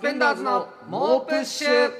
ペンダーズの猛プッシュ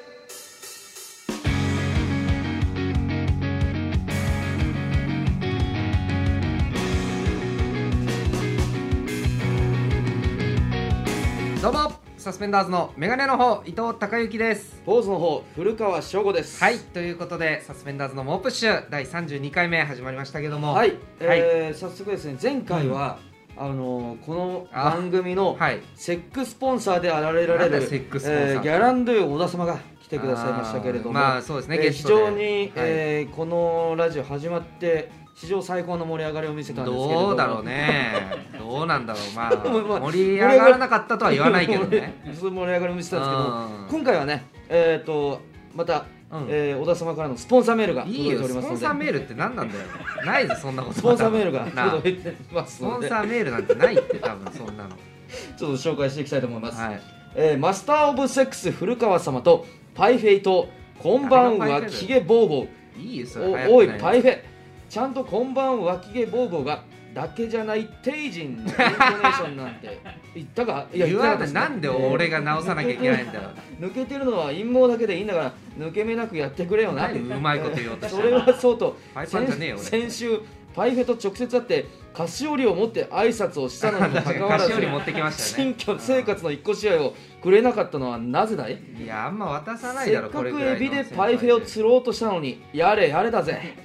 どうもサスペンダーズのメガネの方伊藤孝之です坊主の方古川翔吾ですはいということでサスペンダーズの猛プッシュ第32回目始まりましたけどもはい、えー早速ですね前回は、あのーこの番組のはいセックススポンサーであられられなんるだセックススポンサーえーギャランドゥ小田様が来てくださいましたけれどもあーまあそうですねえーゲス非トで常に、はいえーこのラジオ始まって史上最高の盛り上がりを見せたんですけれどもどうだろうねどうなんだろうまあまあ盛り上がらなかったとは言わないけど ねそういう盛り上がりを見せたんですけどうん今回はねえっ、とまた、うんえー小田様からのスポンサーメールがい届いいてよおりスますポのンでサーメールって何なんだよないぞそんなことスポンサーメールがなあ届いてますスポのンでサーメールなんてないって多分そんなのちょっと紹介していきたいと思います、はいえーマスター・オブ・セックス古川様とパイフェイとこんばんはキゲボーボーいいよそれ早くおおいないパイフェちゃんとこんばんはキゲボーボーがだけじゃないテイジンのイントネーションなん て言ったかいや言ってかっわなたいすねなんで俺が直さなきゃいけないんだよ抜けてるのは陰謀だけでいいんだから抜け目なくやってくれよな何うまいこと言おうとしてそるれはそうとパイパンじゃねえよ俺先先週パイフェと直接会って菓子折りを持って挨拶をしたのにもかかわら菓ず子折り持ってきましたよ新ね居生活の一個試合をくれなかったのはなぜだいいやあんま渡さないせだっろかこれくぐらいエのビでパイフェを先釣ろうとしたのにやれやれだ ぜ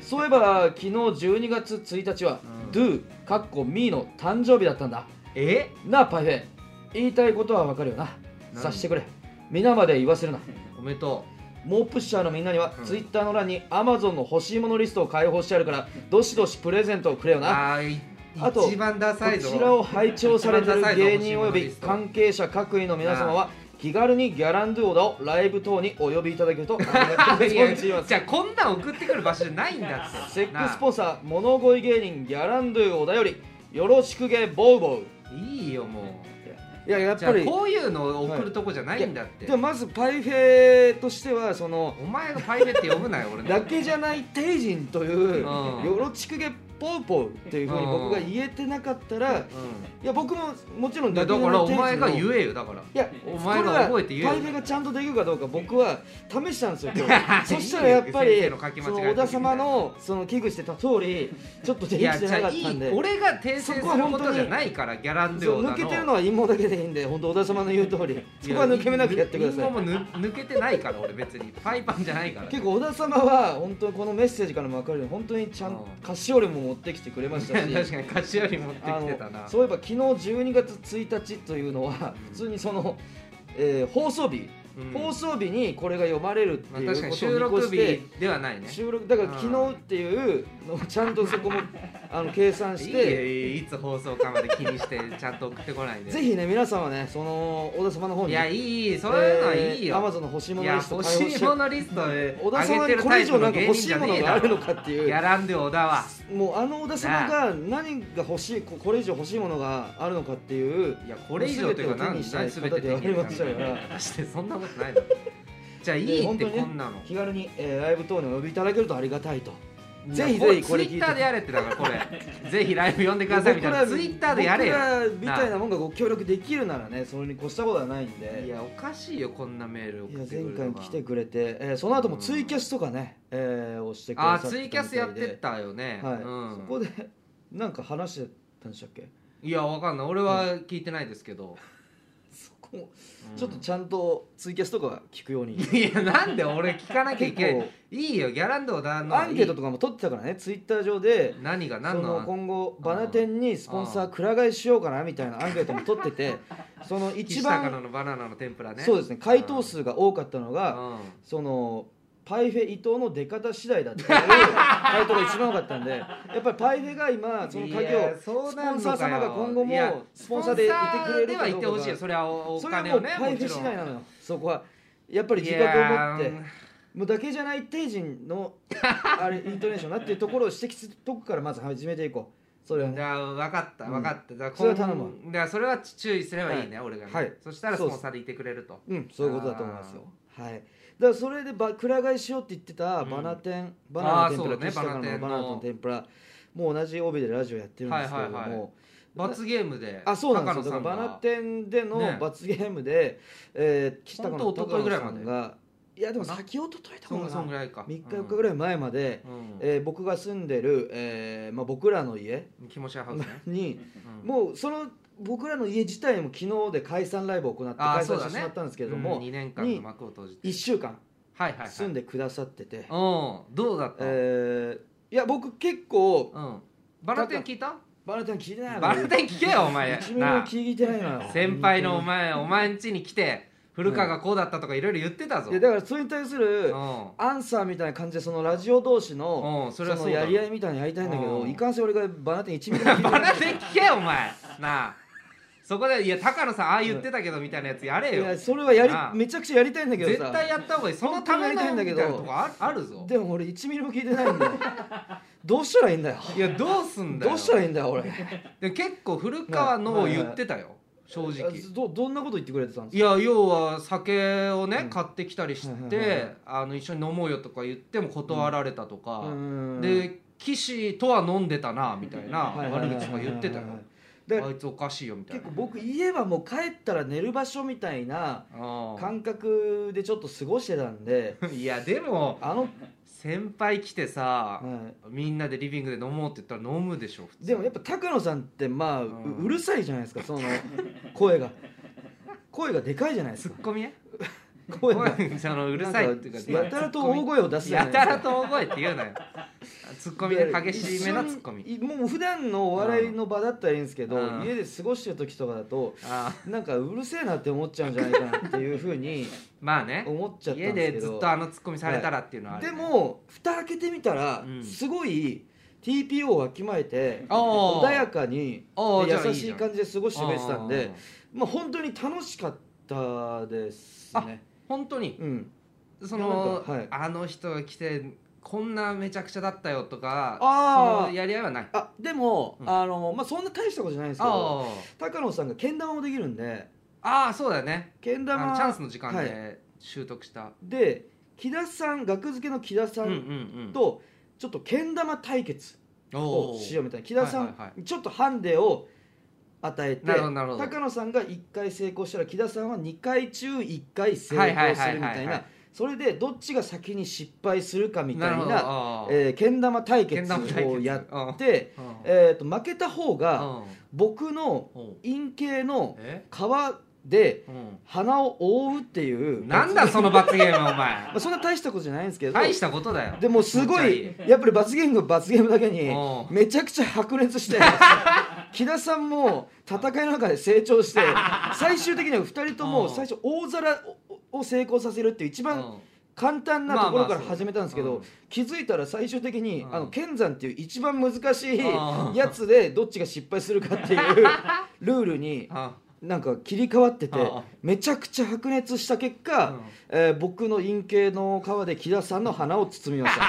そういえば昨日12月1日は、うんドゥかっこミーの誕生日だったんだ輩でえなあパイフェ言いたいことはわかるよな何察してくれ皆まで言わ せるなおめでとモープッシャーのみんなには、うんツイッターの欄に Amazon の欲しいものリストを開放してあるからどしどしプレゼントをくれようなあーいあと一番ダこサいぞちらを拝聴されている芸人および一番ダサいぞ欲しいものリスト関係者各位の皆様は気軽にギャランドゥオダをライブ等にお呼びいただけると いや存じますじゃあこんなん送ってくる場所じゃないんだってセックスンポンサー物乞い芸人ギャランドゥオダよりよろしくげボウボウいいよもいややうじゃあこういうのを送るとこじゃないんだって、でもまずパイフェとしてはそのお前がパイレって呼ぶなよ俺のだけじゃない帝人といううんよろちくげぽうぽうっていうふうに僕が言えてなかったらういや僕ももちろんん、だかけじゃらないお前が帝人言をえよだからいやお前が覚えて言えよこれがパイフェがちゃんとできるかどうか僕は試したん ですよ今日そしたらやっぱり先生の書き間違いその小田様のその危惧してた通りちょっとでいきてやなかっじゃたあいんいで俺が訂正することじゃないからギャランドゥそオうダ抜のけてるのは陰謀だけでいいんで本当小田様の言う通りいそこは抜け目なくやってくださ陰い謀もぬ抜けてないから俺別にパイパンじゃないから結構小田様は本当にこのメッセージからも分かるように本当にちゃんうん菓子折りも持ってきてくれましたし 確かに菓子より持ってあきてのたなそういえば昨日12月1日というのは普通にその、えー放送日、うん放送日にこれが読まれるってまあ、いうことを確かに収録見越して日ではないね収録だから昨日っていうのをちゃんとそこもあの計算いしいよていいよいつ放送かまで気にしてちゃんと送ってこないでぜひね皆さんはねその小田様の方にいやいいそういうのはいいよ、アマゾンの欲しいもいのやリスト欲開放しいしてものリストで小田上様げにてるこタれ以イプ上なのんか芸欲人しじいゃもねのえがだあるろのかっていうギャランドゥ小田はもうあの小田様が何が欲しいここれ以上欲しいものがあるのかっていういやこれ以上とい全てをうか手何にしたい方何全てでありました手かに入れら たんだしてそんなことないだろじゃあいでいっ本て当にねこんなの気軽に、えーライブ等にお呼びいただけるとありがたいとぜひいやぜひこれ聞いツてイッターでやれってだからこれぜひライブ呼んでくださいみたいなツイッターでやれよ僕らみたいなもんがご協力できるならねそれに越したことはないんでいやおかしいよこんなメールい送やってく前るの回が来てくれて、えーその後もツイキャスとかね、えーをしてくださあってたみたいでツイキャスやってたよね、はいうん、そこで なんか話してたんでしたっけいやわかんない俺は聞いてないですけど、そこもうんちょっとちゃんとツイキャスとかは聞くようにいやなんで俺聞かなきゃいけない結いいよギャランドーだのアンケートいいとかも取ってたからねツイッター上で何がそ何のの今後バナテンにスポンサーくら替えしようかなみたいなアンケートも取って てその一一番番魚のバナナの天ぷらねそうですね回答数が多かったのうんがうんそのパイフェ伊藤の出方次第だっていう回答が一番多かったん でやっぱりパイフェが今そのい影やをそうスなポんンのかサよー様が今後いやもスポンサーでいてくれるスポンサーではいてほしいよそそれはおそれは金もをうねパイフェもちろ次ん第なのよそこはやっぱり自いや覚を持ってもうだけじゃない帝人のあれイントネーションなっていうところを指摘するとこからまず始めていこうそれはーじねゃあ分かったうん分かった、だからそれは頼むわ今だからそれは注意すればいいね、俺がね、はいそしたらスそうポですンサーでいてくれるとうんそういうことだと思いますよはいだからそれでばくら替えしようって言ってたうんバナテン、バナナの天ぷらあーそうね岸高のバナテンのバナナの天ぷらもう同じ帯でラジオやってるんですけれども、はいはいはい罰ゲームであそうなんですよだ高からバ野さんナがテンでのね罰ゲームで、えー、岸高ほのんと高一昨日ぐ野らいさまでんがいやでも先おとといとそかんなそんぐらいか3日4日ぐらい、い前まで、うんえー僕が住んでる、えーまあ、僕らの家気持ちハウスね、 にうんもうその僕らの家自体も昨日で解散ライブを行ってあー解散そしうだてねしまったんですけれども、うん、2年間の幕を閉じて1週間はいはいはい住んでくださってて、うんどうだった、えーいや僕結構うんバナテン聞いたバナテン聞いてないバナテン聞けよお前1ミリもなあ聞いてないのよ先輩のお前お前ん家に来て古川がこうだったとかいろいろ言ってたぞいやだからそれに対するうアンサーみたいな感じでそのラジオ同士のんうんそそれはのそうだやり合いみたいなのやりたいんだけどうんいかんせん俺がバナテン1ミリも聞いて バなナテン聞けよお前なあそこでいや高野さんああ言ってたけどみたいなやつやれいいよやそれはやなありめちゃくちゃやりたいんだけどさ絶対やった方がいいそのため本の当にやりたいんだけどみたいなとこああるぞでも俺1ミリも聞いてないんだよ どうしたらいいんだよいやどうすんだよどうしたらいいんだよ俺で結構古川のを言ってたよ正直どどんなこと言ってくれてたんでいすかや要は酒をね、うん買ってきたりしはいはいはてあの一緒に飲もうよとか言っても断られたとか、うんで岸とは飲んでたなみたいなはいはいは悪いはい口とか言ってたよだかあらいつおかしいよみたい結な構僕家はもう帰ったら寝る場所みたいなあー感覚でちょっと過ごしてたんでいやでもあの、先輩来てさ、はみんなでリビングで飲もうって言ったら飲むでしょ普い通でもやっぱ高野さんってまあううんうるさいじゃないですかその声が声がでかいじゃないですツかッコ ミね声がそのうるさいっていうかなんやたらと大声を出すじゃやないですたからと大声って言うなよツッコミね激しめなツッコミ一緒にもう普段のお笑いの場だったらいいんですけど、うん家で過ごしてる時とかだとあーなんかうるせえなって思っちゃうんじゃないかなっていうふうにまあね思っちゃった家んでけですずっどとあのツッコミされたらっていうのはあるでよね、も蓋開けてみたら、うんすごい TPO をわきまえてあー穏やかにああじゃあ優しいじゃん感じで過ごしてくれてたんであーまあ本当に楽しかったですね本当にうんそのいやなん、かはいあの人が来てこんなめちゃくちゃだったよとかあーそのやり合いはないあでも、うんあのまあそんな大したことじゃないんですけどあ高野さんがけん玉もできるんでああーそうだよねけんあ玉のチャンスの時間はいで習得した、で木田さん額付けの木田さうんうんんとちょっとけん玉対決うんをしようみたいな木田さはいはいはんにちょっとハンデを与えてなるほどなるほど高野さんが1回成功したら木田さんは2回中1回成はいはい功はすいるみはいはいたいなそれでどっちが先に失敗するかみたいるほどなあえーーけん玉対けん決玉対を決やうんうんってえーと負けた方がうん僕のうん陰茎のえ皮でう鼻を覆うっていうんなんだその罰ゲームお前 まあそんな大したことじゃないんですけど大したことだよでもすごめっいちやっぱり罰ゲームが罰ゲームだけにおうめちゃくちゃ白熱 して木田さんも戦いの中で成長して最終的には2人とおもう最初大皿をを成功させるっていう一ゃいい番簡単なところから始めたんですけまあまどあそ気づいたら最終的にうんあの剣山っていう一番難しいうんやつでどっちが失敗するかっていう ルールにうんあなんか切り替わっててうんめちゃくちゃ白熱した結うん果えー僕の陰茎の皮で木田さんの花を包みました。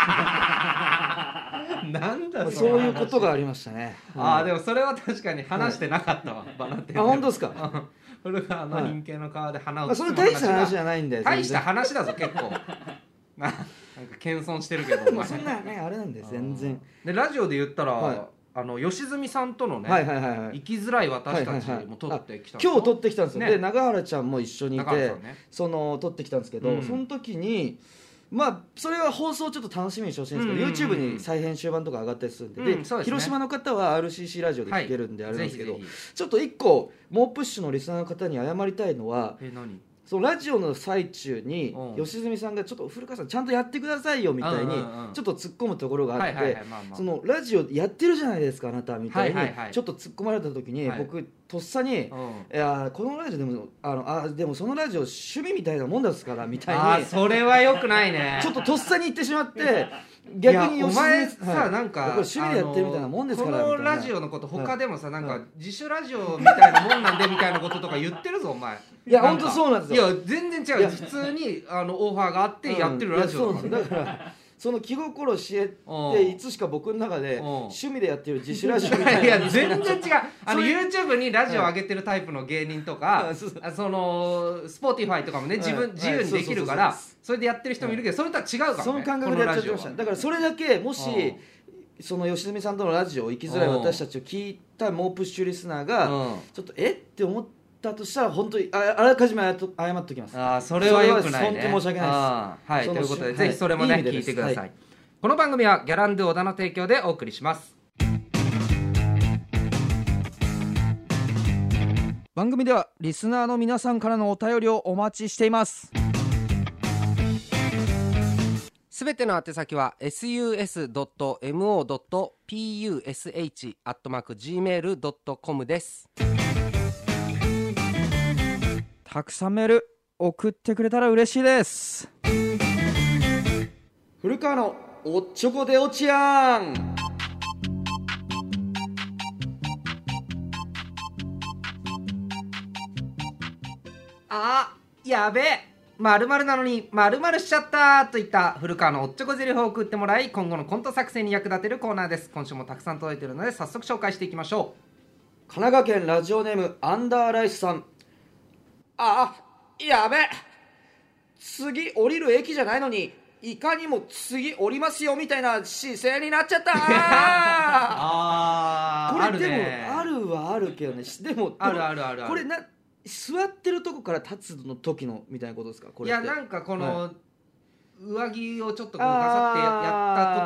なんだまあ そのそういうことがありましたね。ああでももそれは確かに話してなかったわ、バナテンであ本 当ですか。うん古川の人間の皮で鼻まをあ、それ大した話じゃゃないんで。大した全話だぞ結構 ななんか謙遜してるけどお然。ま前あそんなねあれなんで全然。でラジオで言ったら、はいあの吉住さんとのね、はいはいはいはい。生きづらい私たちはいはいはいも撮ってきたんですよ今日撮ってきたんですよ。ねで長原ちゃんも一緒にい中原てさん、ねその撮ってきたんですけうど、んその時に。まあそれは放送ちょっと楽しみにしてほしいんですけうどんうんうん YouTube に再編集版とか上がったりするんで,で、うんそうですね広島の方は RCC ラジオで聞けるんであれなんですけど、ぜひぜちょっと一個猛プッシュのリスナーの方に謝りたいのはひえ何そのラジオの最中にうん吉住さんがちょっと古川さんちゃんとやってくださいよみたいにうんうんうんちょっと突っ込むところがあはいっはいはていまあまあそのラジオやってるじゃないですかあなたみたいにはいはいはいちょっと突っ込まれた時にはい僕とっさにう。んいやーこのラジオでもあのあーでもそのラジオ趣味みたいなもんですからみたあいにーそれはよくないね ちょっととっさに言ってしま って逆にいやお前さ、はいなん僕かは趣味でやってるみたいなもんですからあのこみのたいなラジオのことはい他でもさ、なんはかい自主ラジオみたいなもんなんでみたいなこととか言ってるぞお前いやなんか本当そうなんですよいや全然い違うや普通にあのオファーがあってやってるラジうオんいだやかそうら、なんですよだからその気心知れうんていつしか僕の中でうん趣味でやってる自主ラジオみた いないや全然違うあのそう YouTube にラジオ上げてるタイプの芸人とか、うんそうそうあその Spotify とかもね自分、はい自由にできるから、はいそうそうそうそれでやってる人もいるけど、それとは違うから、ね、その感覚でやっちゃってましたこだのかラらジオはそれだけもしうその吉住さんとのラジオ生きづらい私たちを聞いた猛プッシュリスナーがうんちょっとえって思ったとしたら本当にああらかじめ謝っと謝っときますあーそれは良くないねそれは本当申し訳ないですあーはいそとのいうことではいぜひそれもねいい意味で聞でいすてください、はこの番組はギャランドゥ小田の提供でお送りします番組ではリスナーの皆さんからのお便りをお待ちしていますすべての宛先は sus.mo.push.gmail.com ですたくさんメール送ってくれたら嬉しいです古川のおっちょこでおちやんあーやべえまるなのにまるしちゃったといった古川のおっちょこゼリフを送ってもらい今後のコント作成に役立てるコーナーです今週もたくさん届いているので早速紹介していきましょ神奈川県ラジオネームアンダーライスさんあやべ次降りる駅じゃないのにいかにも次降りますよみたいな姿勢になっちゃっ うたあこれでもあるるはあるけどねしでもあるあるあるあるこれな座ってるとこから立つの時のみたいなことですかこいれっやてなんかこの、上着をちょっとこうあーガサ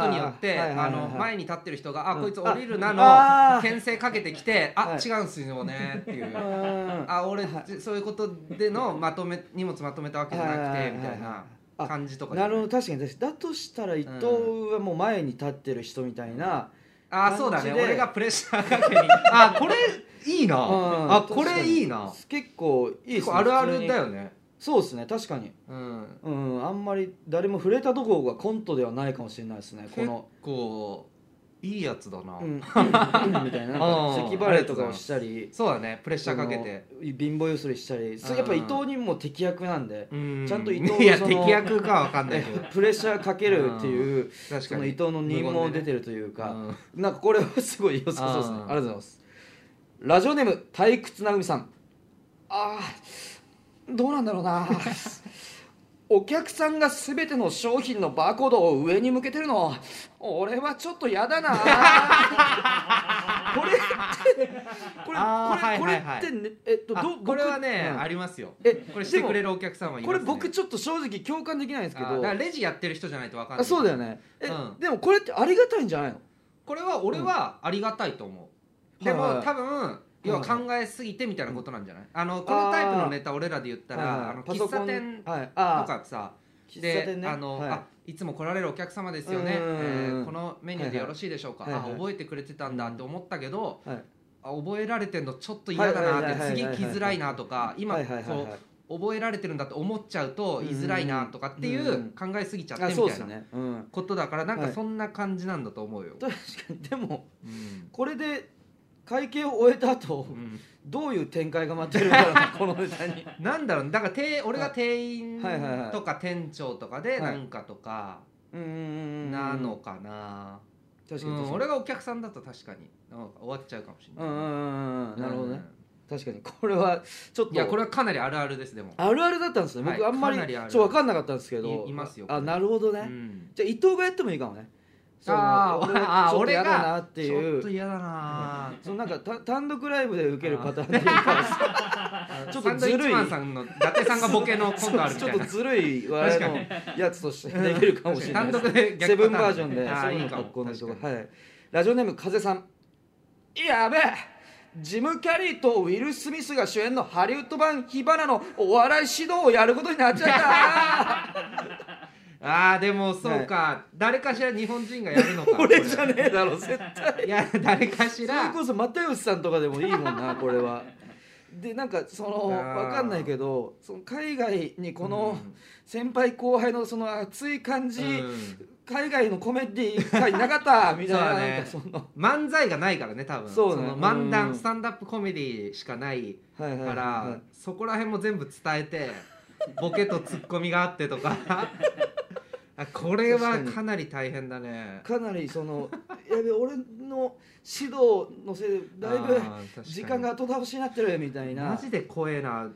ってやったことによってはいはいはいあの前に立ってる人が「あうんこいつ降りるな」あのあー牽制かけてきて「あはい違うんすよね」っていうう。んあ俺、そういうことでのまとめ荷物まとめたわけじゃなくはいはいはていみたいなあ感じとかじなゃいるほど確かに確かにだとしたら伊藤はもう前に立ってる人みたいな、あーそうだね感じで俺がプレッシャーかけにあこれいいなうんあこれいいな結構いいです結ね構あるあ普通るだによねそうですね確かにうんうんあんまり誰も触れたところがコントではないかもしれないですねこ結の構いいやつだな、うんうんみたいななんあかー咳払いとかをしたりそうだねプレッシャーかけてその貧乏ゆすりしたりそれやっぱ伊藤にも敵役なんでちちゃんと伊藤いやその敵役かわかんないえけど プレッシャーかけるっていう確そかのに伊藤の任も出てるるというか、うんなんかこれはすごい良さそうですねありがあーとうございますラジオネーム退屈なぐみさんあーどうなんだろうな お客さんが全ての商品のバーコードを上に向けてるの俺はちょっとやだ なこれってこれあーこれこれはいはいはいってねえっとあど僕これはねうんありますよえこれしてくれるお客さんはいまこすれね僕ちょっと正直共感できないんですけあだどからレジやってる人じゃないとわかんあないそうだよねえ、うんでもこれってありがたいんじゃないのこれは俺はありがたいと思ううんではいもはい多分要は考えすぎてみたいなことなんじゃないあのこのタイプのネタ俺らで言ったはいはいらあのパソ喫コン茶店とはい、あーかさ喫茶で店ねあのはいあいつも来られるお客様ですよねうんうんうんえーこのメニューでよろしいでしょうかはいはいあはいはい覚えてくれてたんだって思ったけどはいあ覚えられてんのちょっと嫌だなってはいはいはいはい次来づらいなとか今はいはいはいはいこう覚えられてるんだって思っちゃうと言いづらいなとかっていうんううん考えすぎちゃってあみそうたでいすなね、うん、 ことだからなんかはいそんな感じなんだと思うよ。確かにでもうんこれで会計を終えた後、うんどういう展開が待ってるのか なこのネタになんだろうねだから店俺が店員はいはいはいとか店長とかではいなんかとかうんうんうんなのかな、確かにう確んかに、俺がお客さんだと確かになんか終わっちゃうかもしれうない、んうんうんうんなるほどね、う確かにこれはちょっとんいやこれはかなりあるあるですでも、あるあるだったんですね僕、はいあんまりかなりあるあるちょっと分かんなかったんですけどいいますよあなるほどね、うんじゃあ伊藤がやってもいいかもねそのあー俺あちーょっと俺が嫌だなってちょいっとう嫌だなそのなんかた単独ライブで受けるパターンっていうかぁちょっサンとドずイるいッチマンさんの伊達さんがボケのコントあるみちたょいっなとずるい笑いのやつとしてできるかもしれない単です独でセ逆ブンパバージタョンねであーそういいいうかのもこの確人かがにはいラジオネーム風さんやべえジム・キャリーとウィル・スミスが主演のハリウッド版「火花」のお笑い指導をやることになっち ゃっあーでもそうか、誰かしら日本人がやるのかた 俺じゃねこえだろ絶対れいや誰かしそれらこそ又吉さんとかでもいいもん なこれはでなんかそのあーわかんないけどその海外にこうのん先輩後輩のその熱い感じ、うん海外のコメディ界なか ったみたいなそうだねなんかその漫才がないからね多分そうねの漫う談、んスタンダップコメディしかないはいはいかはいら、そこら辺も全部伝え てボケとツッコミがあってとかあこれはかなり大変だねかなりそ のやべ俺の指導のせいでだいぶあー確かに時間が後倒しになってるみたいなマジで怖えな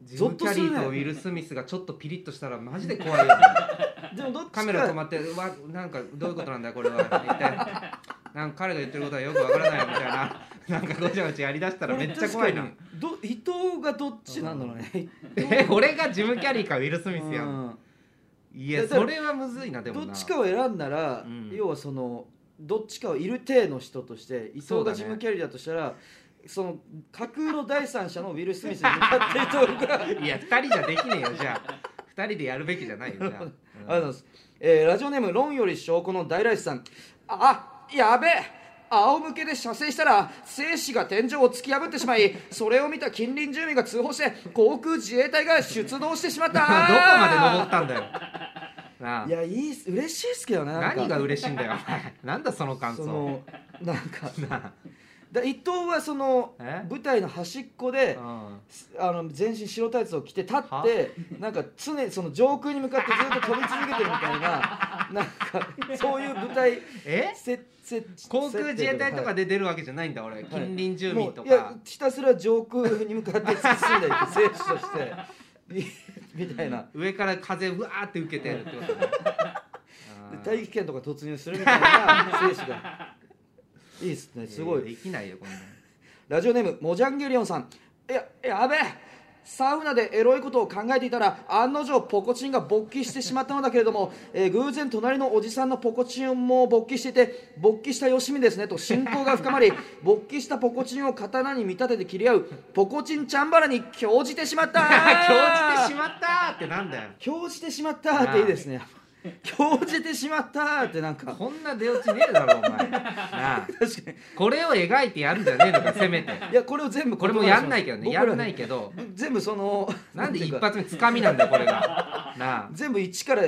ジゾム・ッキとャすリるねーとウィル・スミスがちょっとピリッとしたらマジで怖い よ、ね、でもどっちかカメラ止まってうわなんかどういうことなんだよこれは一体なんか彼が言ってることはよくわからないみたいななんかごちゃごちゃやりだしたらめっちゃ怖いな確かにど人がどっちなんだろうね、え 俺がジム・キャリーかウィル・スミスやうんんいやだからそれはむずいなでもどなっちかを選んだら、うん要はそのどっちかをいる体の人として伊そ藤がうだねジム・キャリーだとしたらその架空の第三者のウィル・スミスに向かってると かいや2人じゃできねえよじゃあ2人でやるべきじゃないよ じゃあ、ありがとうございます、えーラジオネーム「論より証拠」の大来さんあやべえ仰向けで射精したら精子が天井を突き破ってしまいそれを見た近隣住民が通報して航空自衛隊が出動してしまった どこまで登ったんだよなあいやいいっす嬉しいっすけどねなんか何が嬉しいんだよお前なんだその感そ想のなん かなだ伊藤はそのえ舞台の端っこであうんすあの全身白タイツを着て立っはてなんか常にその上空に向かってずっと飛び続けてるみ たいななんかそういう舞台えせせ航空自衛隊とかでで出るわけじゃないんだ俺近隣住民といやかひたすら上空に向かって突き進んでいって選手として いみたいな上から風うわーって受けてるってことねあで ー大気圏とか突入するみたいな選手がいいですねすごいできないよこんなのラジオネームモジャンゲリオンさんいややべえサウナでエロいことを考えていたら案の定ポコチンが勃起してしまったのだけれども、 えー偶然隣のおじさんのポコチンも勃起していて勃起したよしみですねと親交が深ま り勃起したポコチンを刀に見立てて切り合うポコチンチャンバラに興じてしまったあ 興じてしまったーってなんだよ興じてしまったっていいですね興じてしまったってなんかこんな出落ちねえだろお前なあ確かにこれを描いてやるんじゃねえ のかせめていやこれを全部これもやんないけどね僕やらんないけど全部そのなんでていう一か発目つかみなんだよこれ がなあ全部一から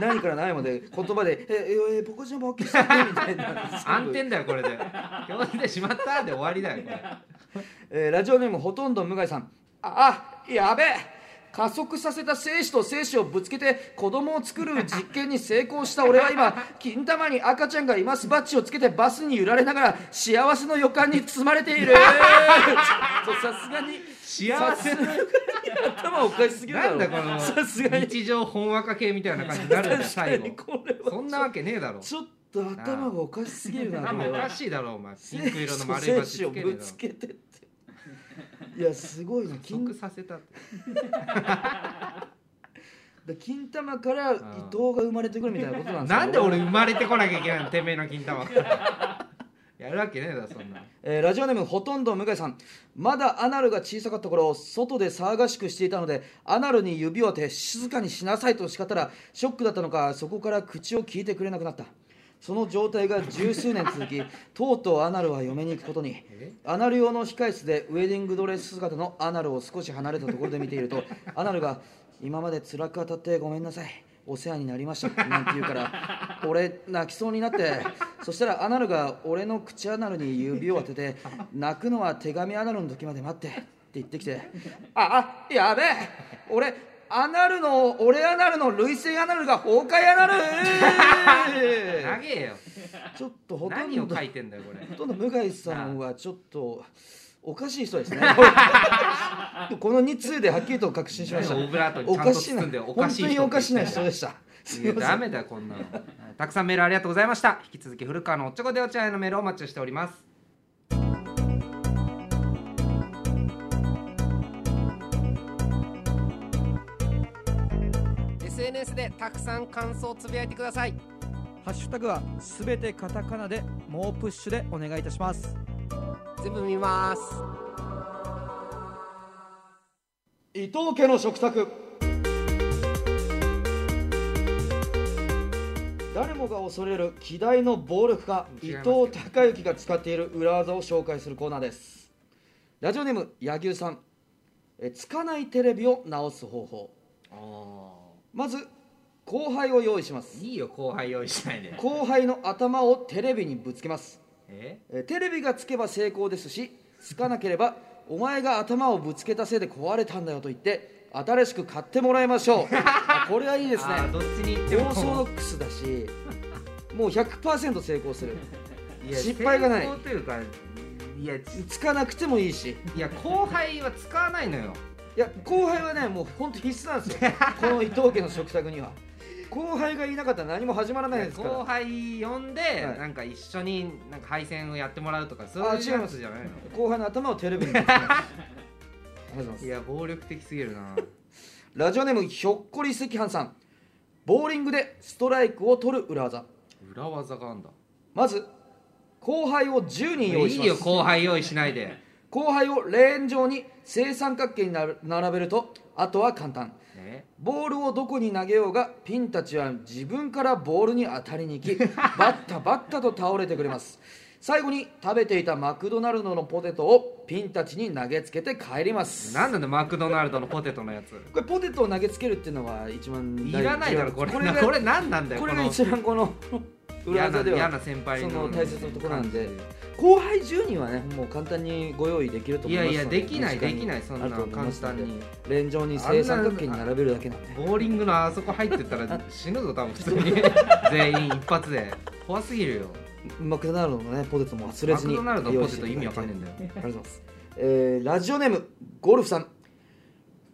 何から何ま で言葉で「えええポコチン勃起してね」みたい な暗全部転だよこれで今日でしまったで終わりだよこれえーラジオネームほとんど無害さんああやべえ加速させた精子と精子をぶつけて子供を作る実験に成功した俺は今金玉に赤ちゃんがいますバッジをつけてバスに揺られながら幸せの予感に包まれているちょっとさすがに幸せな頭おかしすぎるだなろんだこさすがのに日常ほんわか系みたいな感じになるんだよ最後確かに これはそんなわけねえだろちょっと頭がおかしすぎるな多これ分おはかしいだろお前ピンク色の丸いバッジつ精子をけねえぶだろつけてっていやすごいな加速金させたって金玉から伊藤が生まれてくるみたいなことなんですよなんで俺生まれてこなきゃいけないのてめえの 金玉からやるわけねえだろそんなえーラジオネームほとんど向井さんまだアナルが小さかった頃外で騒がしくしていたのでアナルに指を当て静かにしなさいと叱ったらショックだったのかそこから口を聞いてくれなくなったその状態が十数年続き とうとうアナルは嫁に行くことにアナル用の控室でウェディングドレス姿のアナルを少し離れたところで見ているとアナルが今まで辛く当たってごめんなさいお世話になりましたなんて言うから 俺泣きそうになってそしたらアナルが俺の口アナルに指を当てて泣くのは手紙アナルの時まで待ってって言ってきてああやべえ俺アナルの俺アナルの涙腺アナルが崩壊アナ長ルえよちょっとほとん何をど書いてんだよこれほとんど向井さんはちょっとおかしい人です ねこの2通ではっきりと確信しましたオブラートにおちゃんとかしいな包んで本おかしい人当におかしな人でしたすいみやませんダメだよこんなのたくさんメールありがとうございました引き続き古川のおっちょこでお茶へのメールをお待ちしておりますでたくさん感想をつぶやいてくださいハッシュタグはすべてカタカナで猛プッシュでお願いいたします全部見ます伊藤家の食卓誰もが恐れる希代の暴力家違い伊ます藤孝之が使っている裏技を紹介するコーナーですラジオネーム柳生さんえつかないテレビを直す方法まず後輩を用意しますいいよ後輩用意しないで後輩の頭をテレビにぶつけますええテレビがつけば成功ですしつかなければお前が頭をぶつけたせいで壊れたんだよと言って新しく買ってもらいまし ょうあこれはいいですあーねどっちに行ってオもーソドックスだしもう100%成功するいや失敗がない成功というかいやちつかなくてもいいしいや後輩は使わないのよいや後輩はねもう本当必須なんですよこの伊藤家の食卓には後輩がいなかったら何も始まらないですから後輩呼んで、はいなんか一緒になんか配線をやってもらうとかそうあいう違いやまつすじゃないの後輩の頭をテレビに ぶつけますありがとうございますいや暴力的すぎるなラジオネームひょっこり赤飯さんボーリングでストライクを取る 裏技裏技があんだまず後輩を10人用意しいますいよ後輩用意しないで後輩をレーン上に正三角形になる並べるとあとは簡単えボールをどこに投げようがピンたちは自分からボールに当たりに 行きバッタバッタと倒れてくれます最後に食べていたマクドナルドのポテトをピンたちに投げつけて帰りますなんなんだマクドナルドのポテトのやつこれポテトを投げつけるっていうのは一番大い事らないだろこれここれれがこれ何なんだよここれがの一番この裏嫌な技で嫌はな先輩そのの大切なところなんで感じ後輩10人はねもう簡単にご用意できるとい思いまやすのいやできない確かでにきないそんなあると思い簡ますの単でにレーン上に正三角形に並べるだけなんでボーリングのあそこ入ってったら死ぬぞ多分普通に 全員一発で怖すぎるよ マクドナルドのねポテトも忘れマずクにドナルドのポテト意味わかんねえんだだよありがとうございます、えーラジオネームゴルフさん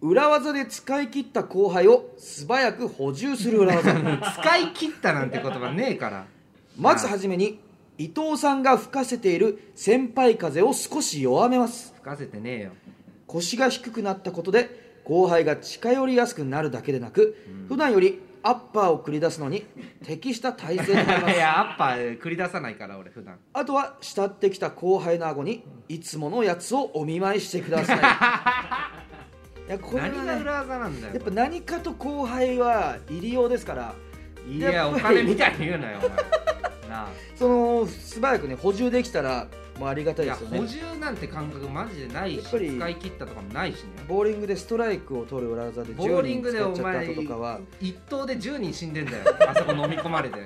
裏技で使い切った後輩を素早く補充する裏 技使い切ったなんて言葉ねえからまずはじめに伊藤さんが吹かせている先輩風を少し弱めます吹かせてねえよ腰が低くなったことで後輩が近寄りやすくなるだけでなく、普段よりアッパーを繰り出すのに適した体 勢になりまいすやアッパー繰り出さないから俺普段あとは慕ってきた後輩の顎にいつものやつをお見舞いしてくだ さいいやこれは、何がね、裏技なんだよやっぱ何かと後輩は入りようですからいややっおぱり金みたいに言うなよお前な その素早くね補充できたらもうありがあたいいでやすよね補充なんて感覚マジでないやしっぱり使い切ったとかもないしねボーリングでストライクを取る裏技でボーリ10人ングで使っちゃおった前後とかは一投で10人死んでんだよあそこ飲み込まれ て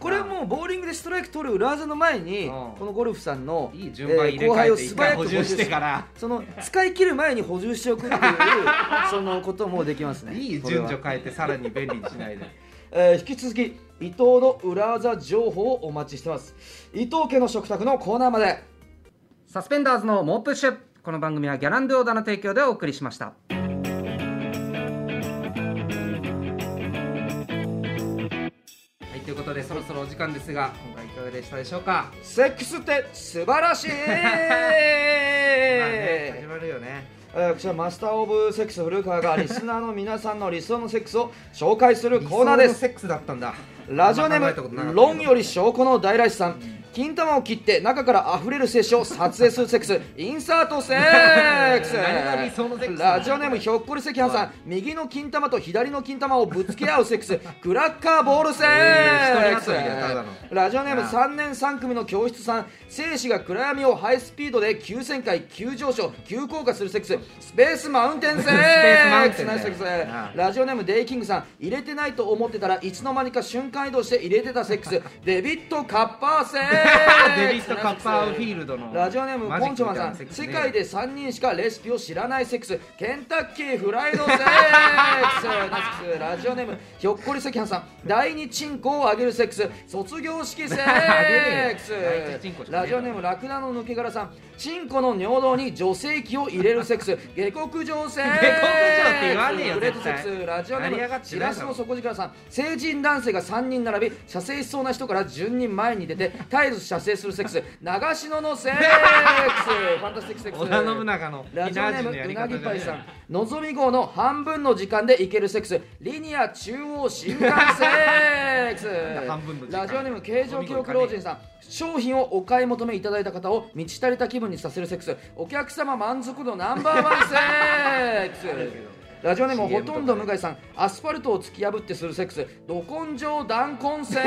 これはもうボーリングでストライク取る裏技の前に、うんこのゴルフさんのいい順番入れえー後輩替えをて一素回早く補充してからその使い切る前に補充しておくっていう そのこともできますねいいこれ順は序変えてさらに便利にしないでえー引き続き伊藤の裏技情報をお待ちしてます伊藤家の食卓のコーナーまでサスペンダーズの猛プッシュこの番組はギャランドゥオーダの提供でお送りしましたはいということでそろそろお時間ですが今回いかがでしたでしょうか、セックスって素晴 らしい、 まあね始まるよね私はマスター・オブ・セックス古川がリスナーの皆さんの理想のセックスを紹介するコーナーで理想のすセックスだったんだラジオネあんま考えたことなかーったムけど論より証拠の大来さん金玉を切って中から溢れる精子を撮影するセックスインサートセックス何が理想のセックスなのラジオネームひょっこり赤飯さん右の金玉と左の金玉をぶつけ合うセックスクラッカーボールセックスえー一人遊びだよただのラジオネームなあ3年3組の教室さん精子が暗闇をハイスピードで急旋回急上昇急降下するセックススペースマウンテンセックスペースマウンテンだナよイスセックスなあラジオネームデイキングさん入れてないと思ってたらいつの間にか瞬間移動して入れてたセックスデビット・カッパーセックス デビット・カッパーフィールドのラジオネームポンチョマンさん、マジック世みたいなセックスね界で3人しかレシピを知らないセックスケンタッキーフライドセックスナイスセックスラジオネームひょっこり赤飯さん第二チンコをあげるセックス卒業式セック第一チンコしスかねラえだろジオネームラクダの抜け殻さんチンコの尿道に女性器を入れるセックス下克上セックス下克上って言わねえよグレートセック絶ス対ラジオネ成り上ーがっムてチラシの底力さん成人男性が3人並び射精しそうな人から順に前に出て絶えず射精するセックス長篠のセックスファンタスティックセックス織田信長のラジオネイナージュのームやうりな方じゃぎなパいイさんのぞみ号の半分の時間で行けるセックスリニア中央新幹線セックス半分の時間ラジオネーム形状記憶老人さん商品をお買い求めいただいた方を満ち足りた気分にさせるセックスお客様満足度ナンバーワンセックスラジオネーム CM ほとんど向井さんアスファルトを突き破ってするセックスど根性断根セックス ど根性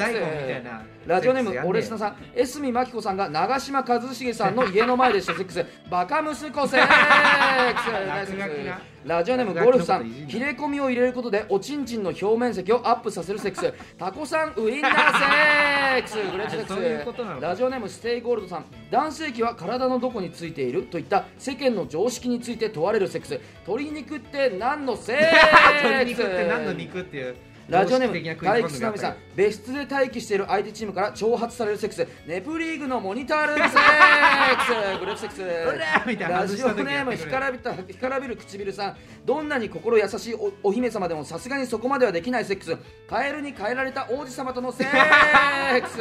大根みたいなラジオネセックスームやんねえよオレスナさん江角真紀子さんが長嶋一茂さんの家の前でしたセックスバカ息子セックスナイスセック落書きなスラジオネームゴルフさ落書きのこといじんんな切れ込みを入れることでおちんちんの表面積をアップさせるセックスタコさんウインナーセックスグレートセックスそういうことなのかラジオネームステイゴールドさん男性器は体のどこについているといった世間の常識について問われるセックス鶏肉って何のセックス鶏肉って何の肉っていうラジオネーム常識的なクイ体育つなズ番み組さだっんた別室で待機している相手チームから挑発されるセックスネプリーグのモニタールームセックス グループセックスらみたいなラ外しジたオ時ネームやってひくれからびたひからびる唇さんどんなに心優しいおお姫様でもさすがにそこまではできないセックスカエルに変えられた王子様とのセック ス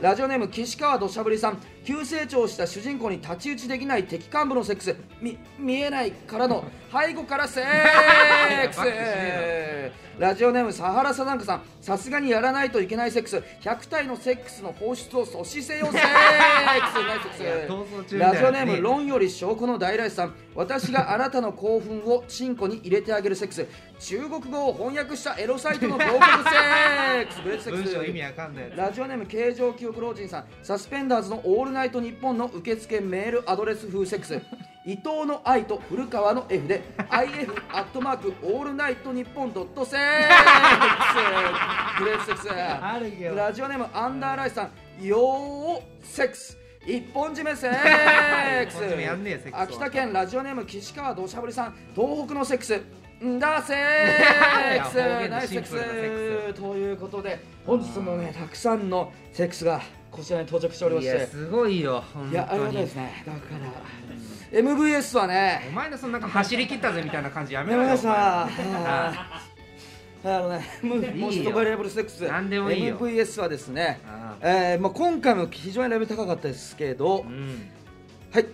ラジオネーム岸川土砂降りさん急成長した主人公に太刀打ちできない敵幹部のセックスみ見えないからの背後からセックス バックしねラジオネームサハラサダンカさんさすがにやらないといけないセックス100体のセックスの放出を阻止せよセックスナイスセックスいや逃走中みたいなラねジオネーム論より証拠の大来さん私があなたの興奮をチンコに入れてあげるセックス中国語を翻訳したエロサイトの広告セックスグレートセックス文章意味わかんないやつラジオネーム形状記憶老人さんサスペンダーズの「オールナイトニッポン」の受付メールアドレス風セック ス伊藤の愛と古川の F で IF アットマークオールナイトニッポンドットセックスグレートセックスあるよラジオネームアンダーライスさんよーセックス一本締めセックス一本締めやんねえセックスは秋田県ラジオネーム岸川どしゃぶりさん東北のセックスんだセック いや方ス言ナのイスシセッンクプルなセッスということで本日もねたくさんのセックスがこちらに到着しておりまいしてやすごいよ本いやあり当がたいでにすねだから MVS はおね前のそのなんか走り切ったぜみたいな感じやめろよ MVS おはあーあのねムーいいよモストバリアブルセックス何でもいいよ MVS はですねあえーまあ今回も非常にレベル高かったですけど前うんはい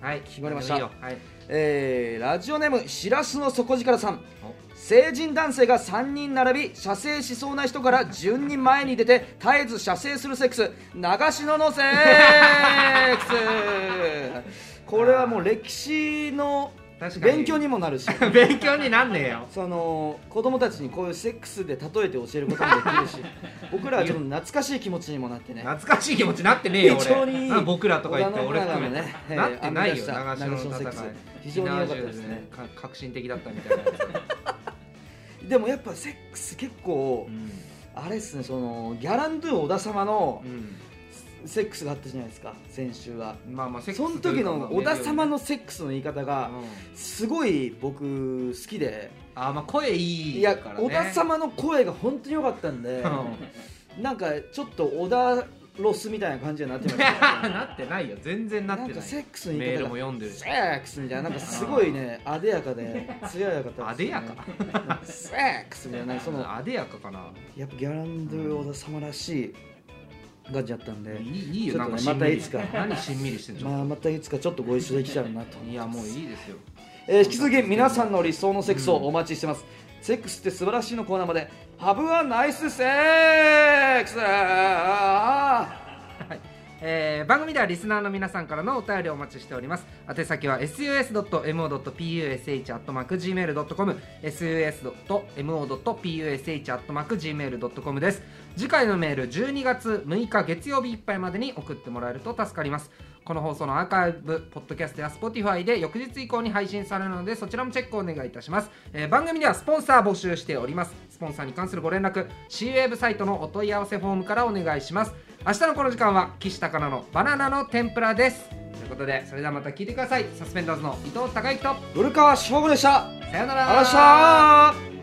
はい決まりましたいいよはいえーラジオネームしらすの底力さんお成人男性が3人並び射精しそうな人から順に前に出て絶えず射精するセックス長篠のセックスこれはもう歴史の確かに勉強にもなるし勉強になんねえよその子供たちにこういうセックスで例えて教えることもでき るし僕らはちょっと懐かしい気持ちにもなってね懐かしい気持ちなってねえよ俺非常にいいな僕らとか言って俺織田含信長めのねて、なってないよえー長篠の長篠戦のい戦い非常に良かったですね火縄銃か革新的だったみたいなやつ、でもやっぱセックス結構、うんあれっすねそのギャランドゥ小田様のうセックスがあったじゃないですか先週はん、まあまあセックスその時の小田様のセックスの言い方あ、がうんすごい僕好きであまあ声いいいやから、ね、小田様の声が本当に良かったんでなんかちょっと小田ロスみたいな感じになってました なってないよ全然なってなないんかセックスのメ言いール方もが読んでるしセックスみたいななんかすごいねあでやかで強やかだあったですでねやかセックスみたいなそのあでやかかなやっぱギャランドゥ小田様らしい感じだったんでいいいいちょよっなとんねかまたいつしんかみり何しんみりしてんじゃん まあ、またいつかちょっとご一緒できたらなといやもういいですよえー引き続き皆さんの理想のセックスをお待ちしてます、セックスって素晴らしいのコーナーまでハブはナイスセックスはえー番組ではリスナーの皆さんからのお便りをお待ちしております宛先は sus.mo.push.gmail.com sus.mo.push.gmail.com です次回のメール12月6日月曜日いっぱいまでに送ってもらえると助かりますこの放送のアーカイブポッドキャストや Spotify で翌日以降に配信されるのでそちらもチェックをお願いいたします、えー番組ではスポンサー募集しておりますスポンサーに関するご連絡 CWAVE サイトのお問い合わせフォームからお願いします明日のこの時間は岸高菜のバナナの天ぷらですということでそれではまた聞いてくださいサスペンダーズの伊藤孝之と古川翔吾でしたありがとうさようなごらざいました